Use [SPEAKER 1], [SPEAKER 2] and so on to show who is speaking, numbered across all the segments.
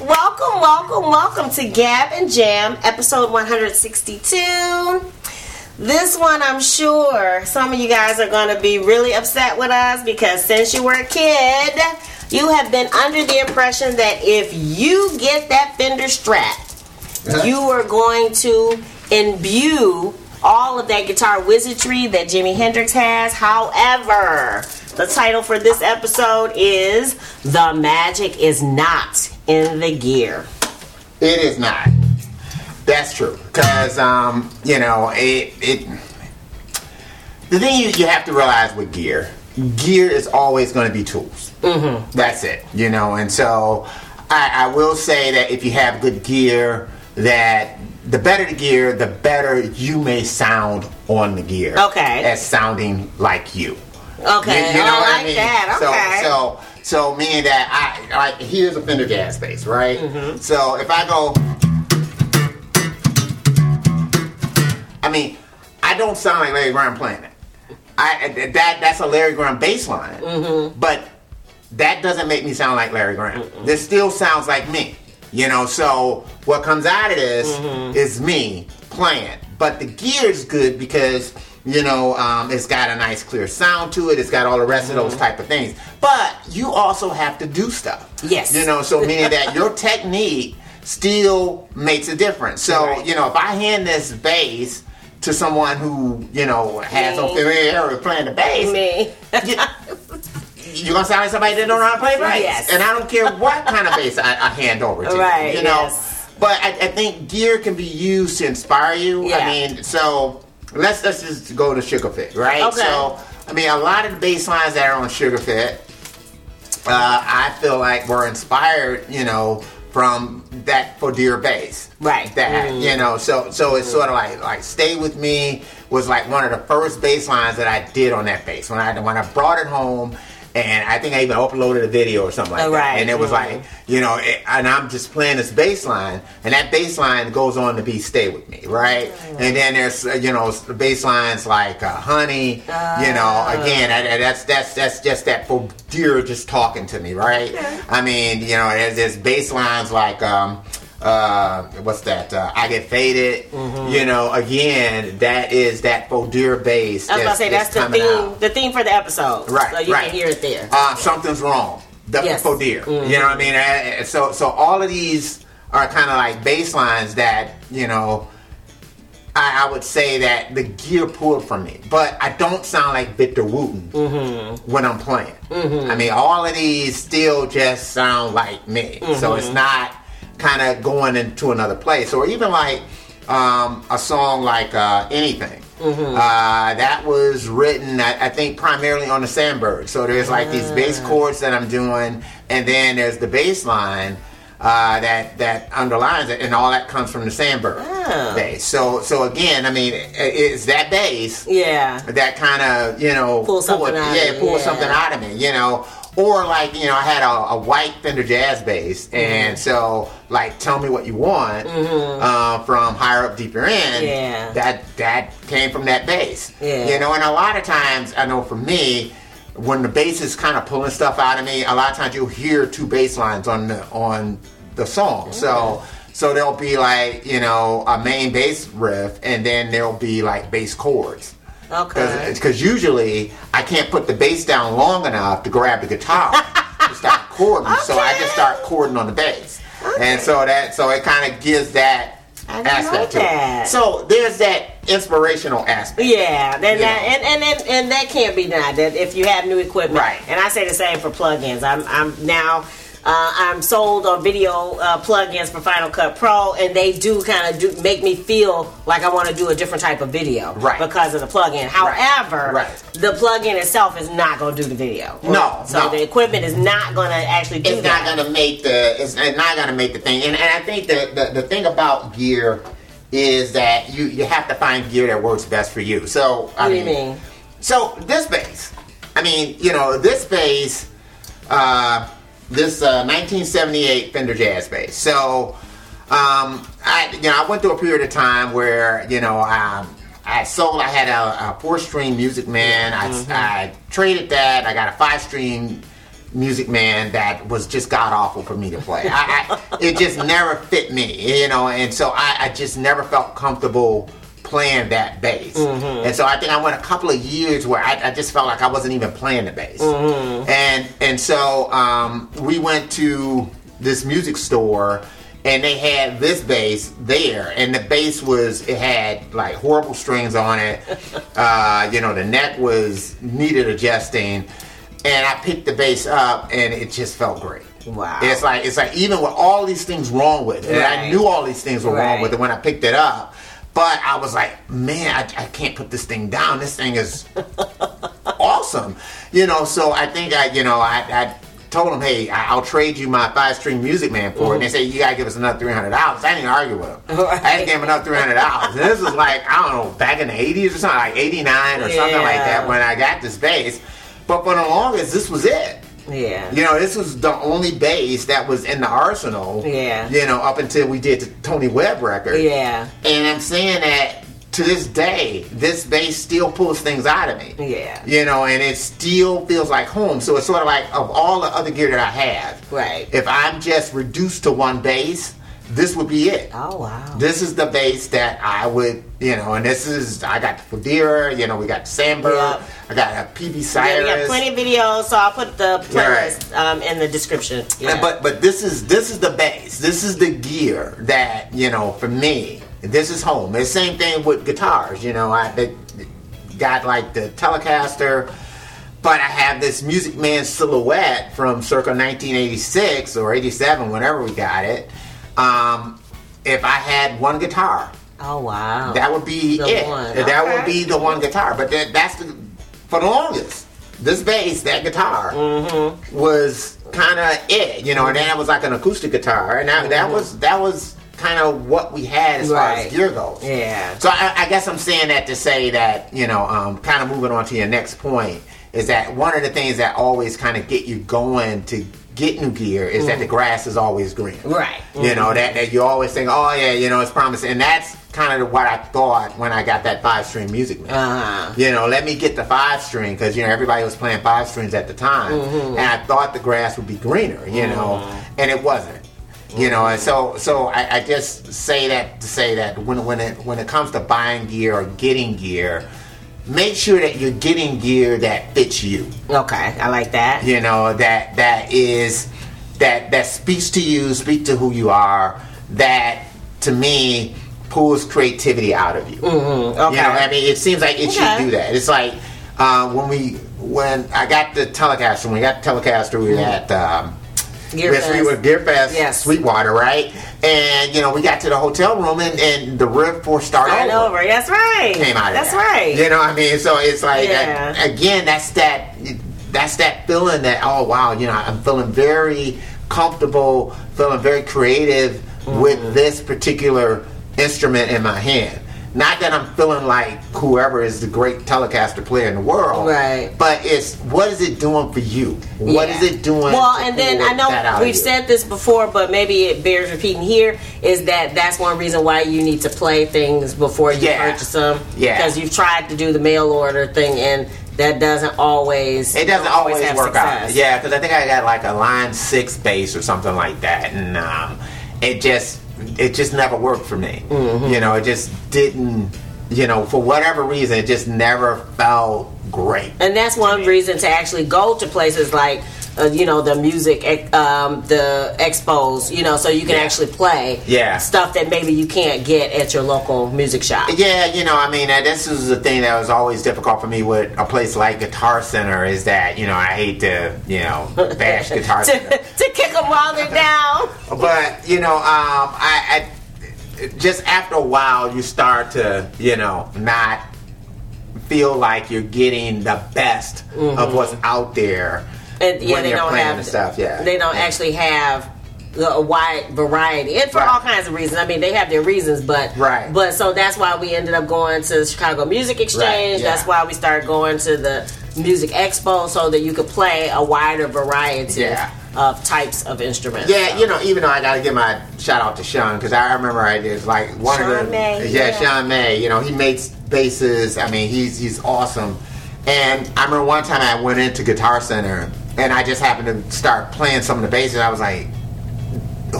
[SPEAKER 1] welcome, welcome, welcome to Gab and Jam, episode 162. This one, I'm sure some of you guys are going to be really upset with us because since you were a kid, you have been under the impression that if you get that fender strap, you are going to imbue all of that guitar wizardry that Jimi Hendrix has. However, the title for this episode is The Magic Is Not in the Gear.
[SPEAKER 2] It is not. That's true. Because, um, you know, it, it. The thing you, you have to realize with gear, gear is always going to be tools. Mm-hmm. That's it. You know, and so I, I will say that if you have good gear, that the better the gear, the better you may sound on the gear.
[SPEAKER 1] Okay.
[SPEAKER 2] As sounding like you.
[SPEAKER 1] Okay,
[SPEAKER 2] You, you know
[SPEAKER 1] I
[SPEAKER 2] what
[SPEAKER 1] like
[SPEAKER 2] I mean?
[SPEAKER 1] that. Okay.
[SPEAKER 2] So, so, so meaning that I like here's a fender jazz bass, right?
[SPEAKER 1] Mm-hmm.
[SPEAKER 2] So if I go, I mean, I don't sound like Larry Graham playing it. I that that's a Larry Graham bass line,
[SPEAKER 1] Mm-hmm.
[SPEAKER 2] but that doesn't make me sound like Larry Graham. This still sounds like me, you know. So what comes out of this
[SPEAKER 1] Mm-hmm.
[SPEAKER 2] is me playing, but the gear is good because you know um, it's got a nice clear sound to it. It's got all the rest of those
[SPEAKER 1] Mm-hmm.
[SPEAKER 2] type of things, but you also have to do stuff.
[SPEAKER 1] Yes.
[SPEAKER 2] you know. So meaning that your technique still makes a difference. So
[SPEAKER 1] Right.
[SPEAKER 2] you know, if I hand this bass. To someone who you know has no
[SPEAKER 1] Me.
[SPEAKER 2] familiarity with playing the bass,
[SPEAKER 1] Me.
[SPEAKER 2] you- you're gonna sound like somebody that don't know how to play bass.
[SPEAKER 1] Yes.
[SPEAKER 2] And I don't care what kind of bass I, I hand over to
[SPEAKER 1] Right,
[SPEAKER 2] you. You know.
[SPEAKER 1] yes.
[SPEAKER 2] But I, I think gear can be used to inspire you.
[SPEAKER 1] Yeah.
[SPEAKER 2] I mean, so let's let's just go to Sugar Fit, right?
[SPEAKER 1] Okay.
[SPEAKER 2] So I mean, a lot of the bass lines that are on Sugar Fit, uh, I feel like were inspired, you know, from that for Dear Bass.
[SPEAKER 1] Right. Mm.
[SPEAKER 2] That you know, so so it's sort of like like Stay With Me was like one of the first bass lines that I did on that bass. When I when I brought it home and I think I even uploaded a video or something like
[SPEAKER 1] Oh,
[SPEAKER 2] that.
[SPEAKER 1] right.
[SPEAKER 2] And it was
[SPEAKER 1] Mhm.
[SPEAKER 2] like, you know, it, and I'm just playing this bass line and that bass line goes on to be Stay With Me, right? And then there's uh, you know, s- bass lines like uh, Honey, you know,
[SPEAKER 1] Ah.
[SPEAKER 2] again, I, I- that's that's that's just that for dear just talking to me, right? I mean, you know, there's there's bass lines like um uh, what's that? Uh, I get faded.
[SPEAKER 1] Mm-hmm.
[SPEAKER 2] You know, again, that is that Fodere bass.
[SPEAKER 1] I was about to say that's the
[SPEAKER 2] coming
[SPEAKER 1] theme.
[SPEAKER 2] out.
[SPEAKER 1] The theme for the episode.
[SPEAKER 2] Right,
[SPEAKER 1] So you
[SPEAKER 2] right.
[SPEAKER 1] can hear it there.
[SPEAKER 2] Uh, something's wrong. The
[SPEAKER 1] Yes.
[SPEAKER 2] for deer. You know what I mean? Uh, uh, So so all of these are kind of like baselines that you know. I, I would say that the gear pulled from me, but I don't sound like Victor Wooten when I'm playing. I mean, all of these still just sound like me, so it's not kind of going into another place, or even like um, a song like uh, anything. Uh, that was written, I, I think, primarily on the Sandberg. So there's like these bass chords that I'm doing, and then there's the bass line uh, that that underlines it, and all that comes from the Sandberg
[SPEAKER 1] Ah.
[SPEAKER 2] bass. So so again, I mean, i- it's that bass
[SPEAKER 1] yeah.
[SPEAKER 2] that kind of you know
[SPEAKER 1] Pull something out of
[SPEAKER 2] yeah,
[SPEAKER 1] it,
[SPEAKER 2] pull
[SPEAKER 1] yeah.
[SPEAKER 2] something out of me, you know. Or like you know, I had a, a white Fender Jazz bass,
[SPEAKER 1] Mm-hmm.
[SPEAKER 2] and so like, tell me what you want uh, from higher up, deeper in.
[SPEAKER 1] Mm-hmm. Yeah.
[SPEAKER 2] that that came from that bass.
[SPEAKER 1] Yeah.
[SPEAKER 2] you know. And a lot of times, I know for me, when the bass is kind of pulling stuff out of me, a lot of times you'll hear two bass lines on the on the song.
[SPEAKER 1] Mm-hmm.
[SPEAKER 2] So. So there'll be like you know a main bass riff, and then there'll be like bass chords.
[SPEAKER 1] Okay.
[SPEAKER 2] Because usually I can't put the bass down long enough to grab the guitar to start chording, so I just start chording on the bass, and so that so it kind of gives that
[SPEAKER 1] I didn't
[SPEAKER 2] aspect
[SPEAKER 1] know
[SPEAKER 2] to
[SPEAKER 1] that.
[SPEAKER 2] it. So there's that inspirational aspect.
[SPEAKER 1] Yeah, then
[SPEAKER 2] Yeah.
[SPEAKER 1] that, and, and, and and that can't be denied. That if you have new equipment,
[SPEAKER 2] Right.
[SPEAKER 1] And I say the same for plugins. I'm I'm now. Uh, I'm sold on video uh, plugins for Final Cut Pro, and they do kind of do make me feel like I want to do a different type of video,
[SPEAKER 2] Right.
[SPEAKER 1] Because of the plugin. However,
[SPEAKER 2] Right.
[SPEAKER 1] the plugin itself is not going to do the video.
[SPEAKER 2] No,
[SPEAKER 1] so
[SPEAKER 2] no.
[SPEAKER 1] the equipment is not going to actually do
[SPEAKER 2] it's
[SPEAKER 1] that.
[SPEAKER 2] not gonna make the it's not gonna make the thing. And, and I think the, the the thing about gear is that you you have to find gear that works best for you. So I
[SPEAKER 1] What do you
[SPEAKER 2] mean,
[SPEAKER 1] mean?
[SPEAKER 2] so this bass, I mean, you know, this bass, uh, this uh, 1978 Fender Jazz bass. So um, I you know I went through a period of time where you know um, I sold I had a, a four string Music Man I, I traded that I got a five string Music Man that was just god awful for me to play. I, I, it just never fit me, you know, and so I, I just never felt comfortable playing that bass.
[SPEAKER 1] Mm-hmm.
[SPEAKER 2] And so I think I went a couple of years where I, I just felt like I wasn't even playing the bass.
[SPEAKER 1] Mm-hmm.
[SPEAKER 2] And and so um, we went to this music store and they had this bass there and the bass was it had like horrible strings on it uh, you know the neck was needed adjusting and i picked the bass up and it just felt great
[SPEAKER 1] Wow.
[SPEAKER 2] it's like it's like even with all these things wrong with it and i
[SPEAKER 1] Right.
[SPEAKER 2] knew all these things were wrong
[SPEAKER 1] Right.
[SPEAKER 2] with it when i picked it up but i was like man i, I can't put this thing down this thing is awesome. You know, so I think I, you know, I, I told him, hey, I, I'll trade you my five string music man for it. And they said, you gotta give us another three hundred dollars. I didn't argue with him. I just gave him another three hundred dollars. And this was like I don't know, back in the eighties or something, like eighty nine or something like
[SPEAKER 1] Yeah.
[SPEAKER 2] that when I got this bass. But for the longest, this was it.
[SPEAKER 1] Yeah.
[SPEAKER 2] You know, this was the only bass that was in the arsenal.
[SPEAKER 1] Yeah.
[SPEAKER 2] You know, up until we did the Tony Webb record.
[SPEAKER 1] Yeah.
[SPEAKER 2] And I'm saying that to this day, this bass still pulls things out of me.
[SPEAKER 1] Yeah.
[SPEAKER 2] You know, and it still feels like home. So it's sort of like of all the other gear that I have,
[SPEAKER 1] Right.
[SPEAKER 2] if I'm just reduced to one bass, this would be it.
[SPEAKER 1] Oh wow.
[SPEAKER 2] This is the bass that I would, you know, and this is I got the Fadira, you know, we got Sandberg,
[SPEAKER 1] Yeah.
[SPEAKER 2] I got a PB
[SPEAKER 1] Yeah, we
[SPEAKER 2] Cyrus.
[SPEAKER 1] got plenty of videos, so I'll put the
[SPEAKER 2] Right.
[SPEAKER 1] playlist um, in the description. Yeah.
[SPEAKER 2] And- But but this is this is the base. This is the gear that you know for me. This is home. It's the same thing with guitars. You know, I they got like the Telecaster, but I have this Music Man silhouette from circa 1986 or 87, whenever we got it. Um, if I had one guitar,
[SPEAKER 1] oh wow.
[SPEAKER 2] that would be
[SPEAKER 1] The
[SPEAKER 2] it.
[SPEAKER 1] one.
[SPEAKER 2] That would
[SPEAKER 1] Okay.
[SPEAKER 2] be the one guitar. But that, that's the for the longest. This bass, that guitar
[SPEAKER 1] Mm-hmm.
[SPEAKER 2] was kind of it, you know. And then it was like an acoustic guitar, and that, that was that was kind of what we had as far
[SPEAKER 1] Mm-hmm. Right.
[SPEAKER 2] as gear goes.
[SPEAKER 1] Yeah.
[SPEAKER 2] So I, I guess I'm saying that to say that you know, um, kind of moving on to your next point is that one of the things that always kind of get you going to get new gear is that the grass is always green.
[SPEAKER 1] Mm-hmm. Right. Mm-hmm.
[SPEAKER 2] You know that that you always think, oh yeah, you know it's promising, and that's kind of what I thought when I got that five string music man.
[SPEAKER 1] Uh-huh.
[SPEAKER 2] You know, let me get the five string because you know everybody was playing five strings at the time, and I thought the grass would be greener, you know, and it wasn't. You know, and so so I, I just say that to say that when when it when it comes to buying gear or getting gear, make sure that you're getting gear that fits you
[SPEAKER 1] Okay, I like that.
[SPEAKER 2] you know that that is that that speaks to you speak to who you are that to me pulls creativity out of you
[SPEAKER 1] Mm, okay.
[SPEAKER 2] you know i mean it seems like it
[SPEAKER 1] Okay.
[SPEAKER 2] should do that it's like uh, when we when i got the telecaster when we got the telecaster we were at um,
[SPEAKER 1] Mm-hmm. Gear
[SPEAKER 2] yes, we
[SPEAKER 1] Fest.
[SPEAKER 2] were at Deer Fest,
[SPEAKER 1] Yes.
[SPEAKER 2] Sweetwater, right? And you know, we got to the hotel room, and, and the rib for start,
[SPEAKER 1] Right
[SPEAKER 2] over
[SPEAKER 1] over. That's right.
[SPEAKER 2] Oh. came out of
[SPEAKER 1] That's
[SPEAKER 2] that.
[SPEAKER 1] right.
[SPEAKER 2] You know what I mean? So it's like
[SPEAKER 1] Yeah.
[SPEAKER 2] uh, again, that's that that's that feeling that oh wow, you know, I'm feeling very comfortable, feeling very creative
[SPEAKER 1] Mm-hmm.
[SPEAKER 2] with this particular instrument in my hand. Not that I'm feeling like whoever is the great telecaster player in the world.
[SPEAKER 1] Right.
[SPEAKER 2] But it's what is it doing for you? What is
[SPEAKER 1] Yeah.
[SPEAKER 2] it doing?
[SPEAKER 1] Well,
[SPEAKER 2] to
[SPEAKER 1] and then
[SPEAKER 2] pull
[SPEAKER 1] I
[SPEAKER 2] that out
[SPEAKER 1] know
[SPEAKER 2] of
[SPEAKER 1] we've
[SPEAKER 2] you?
[SPEAKER 1] said this before, but maybe it bears repeating here is that that's one reason why you need to play things before you
[SPEAKER 2] Yeah.
[SPEAKER 1] purchase them.
[SPEAKER 2] Yeah.
[SPEAKER 1] Because you've tried to do the mail order thing and that doesn't always
[SPEAKER 2] It doesn't
[SPEAKER 1] you
[SPEAKER 2] always,
[SPEAKER 1] have
[SPEAKER 2] work out.
[SPEAKER 1] success.
[SPEAKER 2] Yeah, because I think I got like a line six bass or something like that, and um, it just it just never worked for me. You know, it just didn't. You know, for whatever reason, it just never felt great.
[SPEAKER 1] And that's one reason to actually go to places like, uh, you know, the music, ex- um, the expos, you know, so you can
[SPEAKER 2] Yeah.
[SPEAKER 1] actually play
[SPEAKER 2] Yeah.
[SPEAKER 1] stuff that maybe you can't get at your local music shop.
[SPEAKER 2] Yeah, you know, I mean, uh, this is the thing that was always difficult for me with a place like Guitar Center is that you know I hate to you know bash Guitar
[SPEAKER 1] to,
[SPEAKER 2] Center.
[SPEAKER 1] to kick them while they're down.
[SPEAKER 2] but you know, um, I, I just after a while you start to you know not feel like you're getting the best of what's out there
[SPEAKER 1] And yeah,
[SPEAKER 2] when
[SPEAKER 1] they
[SPEAKER 2] you're
[SPEAKER 1] don't
[SPEAKER 2] playing
[SPEAKER 1] have
[SPEAKER 2] and stuff. Yeah,
[SPEAKER 1] they don't
[SPEAKER 2] Yeah.
[SPEAKER 1] actually have the- a wide variety, and for
[SPEAKER 2] Right.
[SPEAKER 1] all kinds of reasons. I mean, they have their reasons, but
[SPEAKER 2] Right.
[SPEAKER 1] But so that's why we ended up going to the Chicago Music Exchange.
[SPEAKER 2] yeah.
[SPEAKER 1] That's why we started going to the Music Expo, so that you could play a wider variety
[SPEAKER 2] Yeah.
[SPEAKER 1] of types of instruments.
[SPEAKER 2] Yeah, you know, even though I got to give my shout out to Sean because I remember I did like one of
[SPEAKER 1] Sean
[SPEAKER 2] the
[SPEAKER 1] May,
[SPEAKER 2] yeah,
[SPEAKER 1] yeah.
[SPEAKER 2] Sean May. You know, he makes basses. I mean, he's he's awesome. And I remember one time I went into Guitar Center and I just happened to start playing some of the basses. I was like,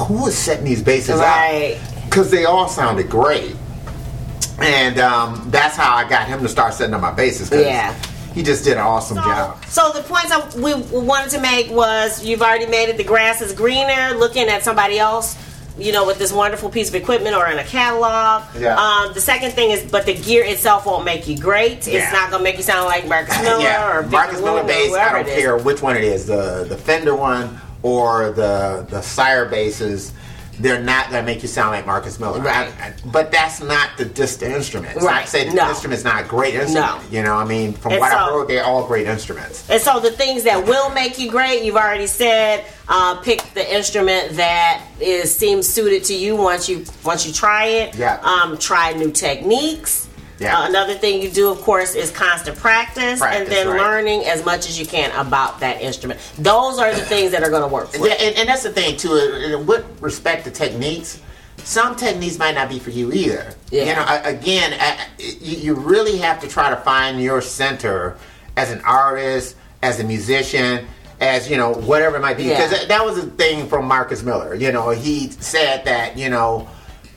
[SPEAKER 2] who was setting these basses
[SPEAKER 1] Right.
[SPEAKER 2] up? Because they all sounded great. And um, that's how I got him to start setting up my basses. 'cause
[SPEAKER 1] Yeah.
[SPEAKER 2] He just did an awesome
[SPEAKER 1] So,
[SPEAKER 2] job.
[SPEAKER 1] so the points I, we wanted to make was you've already made it. The grass is greener. Looking at somebody else, you know, with this wonderful piece of equipment or in a catalog.
[SPEAKER 2] Yeah.
[SPEAKER 1] Um, the second thing is, but the gear itself won't make you great.
[SPEAKER 2] Yeah.
[SPEAKER 1] It's not gonna make you sound like Marcus Miller or Victor
[SPEAKER 2] Marcus Miller
[SPEAKER 1] Wooten or
[SPEAKER 2] bass. I
[SPEAKER 1] whoever
[SPEAKER 2] don't
[SPEAKER 1] it is.
[SPEAKER 2] care which one it is, the the Fender one or the the Sire basses. They're not gonna make you sound like Marcus Miller,
[SPEAKER 1] Right.
[SPEAKER 2] I- I- but that's not the dis the instrument. It's Not
[SPEAKER 1] Right.
[SPEAKER 2] to say the
[SPEAKER 1] No.
[SPEAKER 2] instrument's not a great instrument. You know, I mean, from
[SPEAKER 1] And
[SPEAKER 2] what I've
[SPEAKER 1] so-
[SPEAKER 2] heard, they're all great instruments.
[SPEAKER 1] And so the things that will make you great, you've already said. Uh, pick the instrument that is seems suited to you once you once you try it.
[SPEAKER 2] Yeah.
[SPEAKER 1] Um, try new techniques.
[SPEAKER 2] Yeah.
[SPEAKER 1] Uh, another thing you do, of course, is constant practice,
[SPEAKER 2] Practice,
[SPEAKER 1] and then
[SPEAKER 2] right.
[SPEAKER 1] learning as much as you can about that instrument. Those are the things that are going to work. For
[SPEAKER 2] Yeah,
[SPEAKER 1] you.
[SPEAKER 2] and, and that's the thing too. uh, uh, With respect to techniques, some techniques might not be for you either.
[SPEAKER 1] Yeah.
[SPEAKER 2] You know, a- again, I- I- you, you really have to try to find your center as an artist, as a musician, as you know, whatever it might be.
[SPEAKER 1] Yeah.
[SPEAKER 2] Because that- that was a thing from Marcus Miller. You know, he said that you know,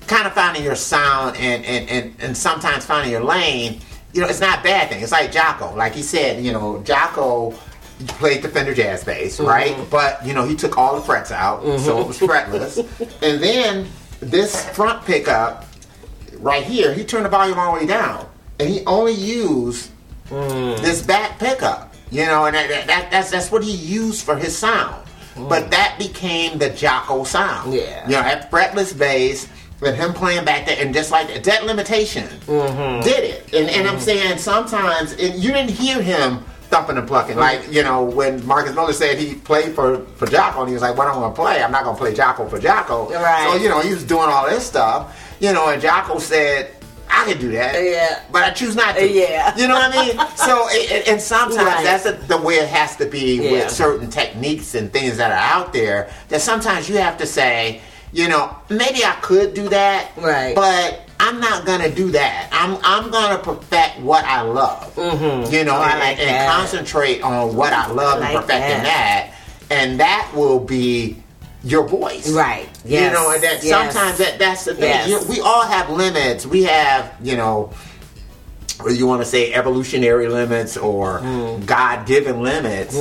[SPEAKER 2] kind of finding your sound and and and, and sometimes finding your lane. You know, it's not a bad thing. It's like Jocko, like he said. You know, Jocko played the Fender Jazz Bass, right? But you know, he took all the frets out, so it was fretless. and then this front pickup right here, he turned the volume all the way down, and he only used
[SPEAKER 1] Mm.
[SPEAKER 2] this back pickup, you know, and that, that, that that's that's what he used for his sound. But that became the Jocko sound.
[SPEAKER 1] Mm. Yeah.
[SPEAKER 2] you know, at fretless bass. And him playing back there, and just like that, that limitation
[SPEAKER 1] Mm-hmm.
[SPEAKER 2] did it. And, and I'm saying sometimes and you didn't hear him thumping and plucking.
[SPEAKER 1] Mm-hmm.
[SPEAKER 2] Like, you know, when Marcus Miller said he played for, for Jocko, and he was like, What am I going to play? I'm not going to play Jocko for Jocko.
[SPEAKER 1] Right.
[SPEAKER 2] So, you know, he was doing all this stuff, you know, and Jocko said, I could do that.
[SPEAKER 1] Yeah.
[SPEAKER 2] But I choose not to.
[SPEAKER 1] Yeah.
[SPEAKER 2] You know what I mean? So, it, it- and sometimes
[SPEAKER 1] Right.
[SPEAKER 2] that's the, the way it has to be
[SPEAKER 1] Yeah.
[SPEAKER 2] with certain techniques and things that are out there that sometimes you have to say, you know, maybe I could do that.
[SPEAKER 1] Right.
[SPEAKER 2] But I'm not going to do that. I'm, I'm going to perfect what I love. Mm-hmm. You know,
[SPEAKER 1] I
[SPEAKER 2] and,
[SPEAKER 1] like
[SPEAKER 2] and
[SPEAKER 1] that.
[SPEAKER 2] concentrate on what I love
[SPEAKER 1] I
[SPEAKER 2] and
[SPEAKER 1] like
[SPEAKER 2] perfecting that. And that will be your voice.
[SPEAKER 1] Right. Yes.
[SPEAKER 2] You know, and that
[SPEAKER 1] Yes.
[SPEAKER 2] sometimes that that's the thing.
[SPEAKER 1] Yes.
[SPEAKER 2] You know, we all have limits. We have, you know, or you want to say evolutionary limits or
[SPEAKER 1] Mm-hmm.
[SPEAKER 2] God-given limits,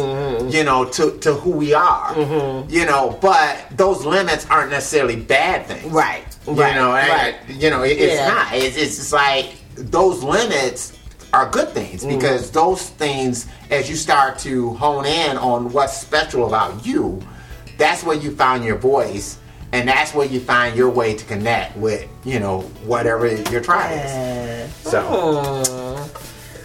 [SPEAKER 2] you know, to, to who we are,
[SPEAKER 1] Mm-hmm.
[SPEAKER 2] you know. But those limits aren't necessarily bad things,
[SPEAKER 1] Right,
[SPEAKER 2] You
[SPEAKER 1] right,
[SPEAKER 2] know, and-
[SPEAKER 1] right.
[SPEAKER 2] you know, it, it's
[SPEAKER 1] Yeah.
[SPEAKER 2] not. It's, it's just like those limits are good
[SPEAKER 1] Mm.
[SPEAKER 2] things because those things, as you start to hone in on what's special about you, that's where you find your voice. And that's where you find your way to connect with, you know, whatever your tribe is.
[SPEAKER 1] Uh,
[SPEAKER 2] So.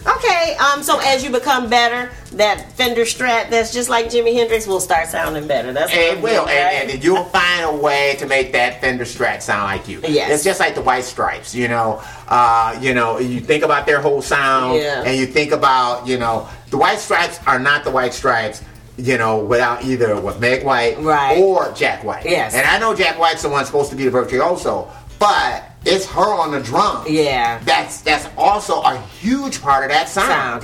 [SPEAKER 1] Okay, um, so as you become better, that Fender Strat that's just like Jimi Hendrix will start sounding better. That's what
[SPEAKER 2] It
[SPEAKER 1] I'm
[SPEAKER 2] will,
[SPEAKER 1] doing, right?
[SPEAKER 2] and, and you'll find a way to make that Fender Strat sound like you.
[SPEAKER 1] Yes.
[SPEAKER 2] it's just like the White Stripes. You know, uh, you know, you think about their whole sound,
[SPEAKER 1] Yeah.
[SPEAKER 2] and you think about, you know, the White Stripes are not the White Stripes. You know, without either with Meg White
[SPEAKER 1] Right.
[SPEAKER 2] or Jack White.
[SPEAKER 1] Yes.
[SPEAKER 2] and I know Jack White's the one supposed to be the virtuoso, but it's her on the drum.
[SPEAKER 1] Yeah.
[SPEAKER 2] That's that's also a huge part of that sound.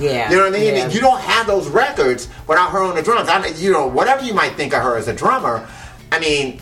[SPEAKER 1] Sound, yeah.
[SPEAKER 2] You know what I mean?
[SPEAKER 1] Yeah.
[SPEAKER 2] You don't have those records without her on the drums. I, you know, whatever you might think of her as a drummer, I mean,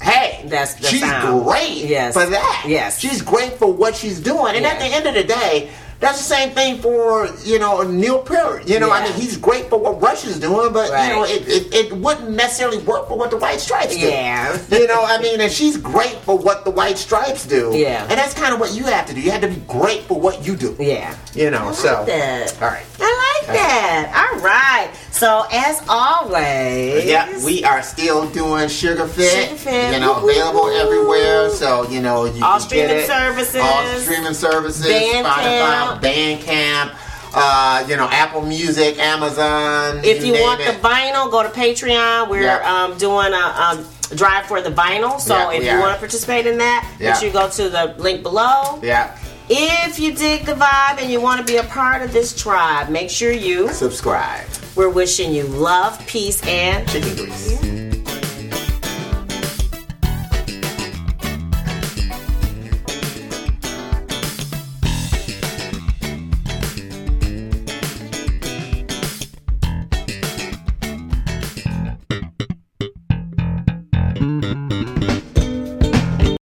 [SPEAKER 2] hey,
[SPEAKER 1] That's the
[SPEAKER 2] she's
[SPEAKER 1] sound.
[SPEAKER 2] great
[SPEAKER 1] Yes.
[SPEAKER 2] for that.
[SPEAKER 1] Yes.
[SPEAKER 2] she's great for what she's doing. And at the
[SPEAKER 1] Yes.
[SPEAKER 2] end of the day, that's the same thing for you know Neil Peart. You know, I
[SPEAKER 1] Yeah.
[SPEAKER 2] mean, he's great for what Rush is doing, but
[SPEAKER 1] Right.
[SPEAKER 2] you know, it, it, it wouldn't necessarily work for what the White Stripes do.
[SPEAKER 1] Yeah.
[SPEAKER 2] You know, I mean, and she's great for what the White Stripes do.
[SPEAKER 1] Yeah.
[SPEAKER 2] And that's kind of what you have to do. You have to be great for what you do.
[SPEAKER 1] Yeah.
[SPEAKER 2] You know, so.
[SPEAKER 1] that.
[SPEAKER 2] All right.
[SPEAKER 1] I like that. All right. So as always,
[SPEAKER 2] Yeah, we are still doing Sugar Fit.
[SPEAKER 1] Sugar Fit.
[SPEAKER 2] You know,
[SPEAKER 1] Woo-hoo.
[SPEAKER 2] available everywhere. So, you know, you
[SPEAKER 1] All
[SPEAKER 2] can
[SPEAKER 1] streaming
[SPEAKER 2] get it.
[SPEAKER 1] services.
[SPEAKER 2] All streaming services.
[SPEAKER 1] Bandcamp.
[SPEAKER 2] Spotify, Bandcamp, uh, you know, Apple Music, Amazon.
[SPEAKER 1] if you
[SPEAKER 2] name
[SPEAKER 1] want the
[SPEAKER 2] it.
[SPEAKER 1] vinyl, go to Patreon. We're
[SPEAKER 2] Yeah.
[SPEAKER 1] um, doing a, a drive for the vinyl. So
[SPEAKER 2] Yeah,
[SPEAKER 1] if
[SPEAKER 2] we
[SPEAKER 1] you
[SPEAKER 2] are.
[SPEAKER 1] want to participate in that,
[SPEAKER 2] Yeah.
[SPEAKER 1] make sure you go to the link below.
[SPEAKER 2] Yeah.
[SPEAKER 1] If you dig the vibe and you want to be a part of this tribe, make sure you.
[SPEAKER 2] Subscribe.
[SPEAKER 1] We're wishing you love, peace, and
[SPEAKER 2] Chicken grease.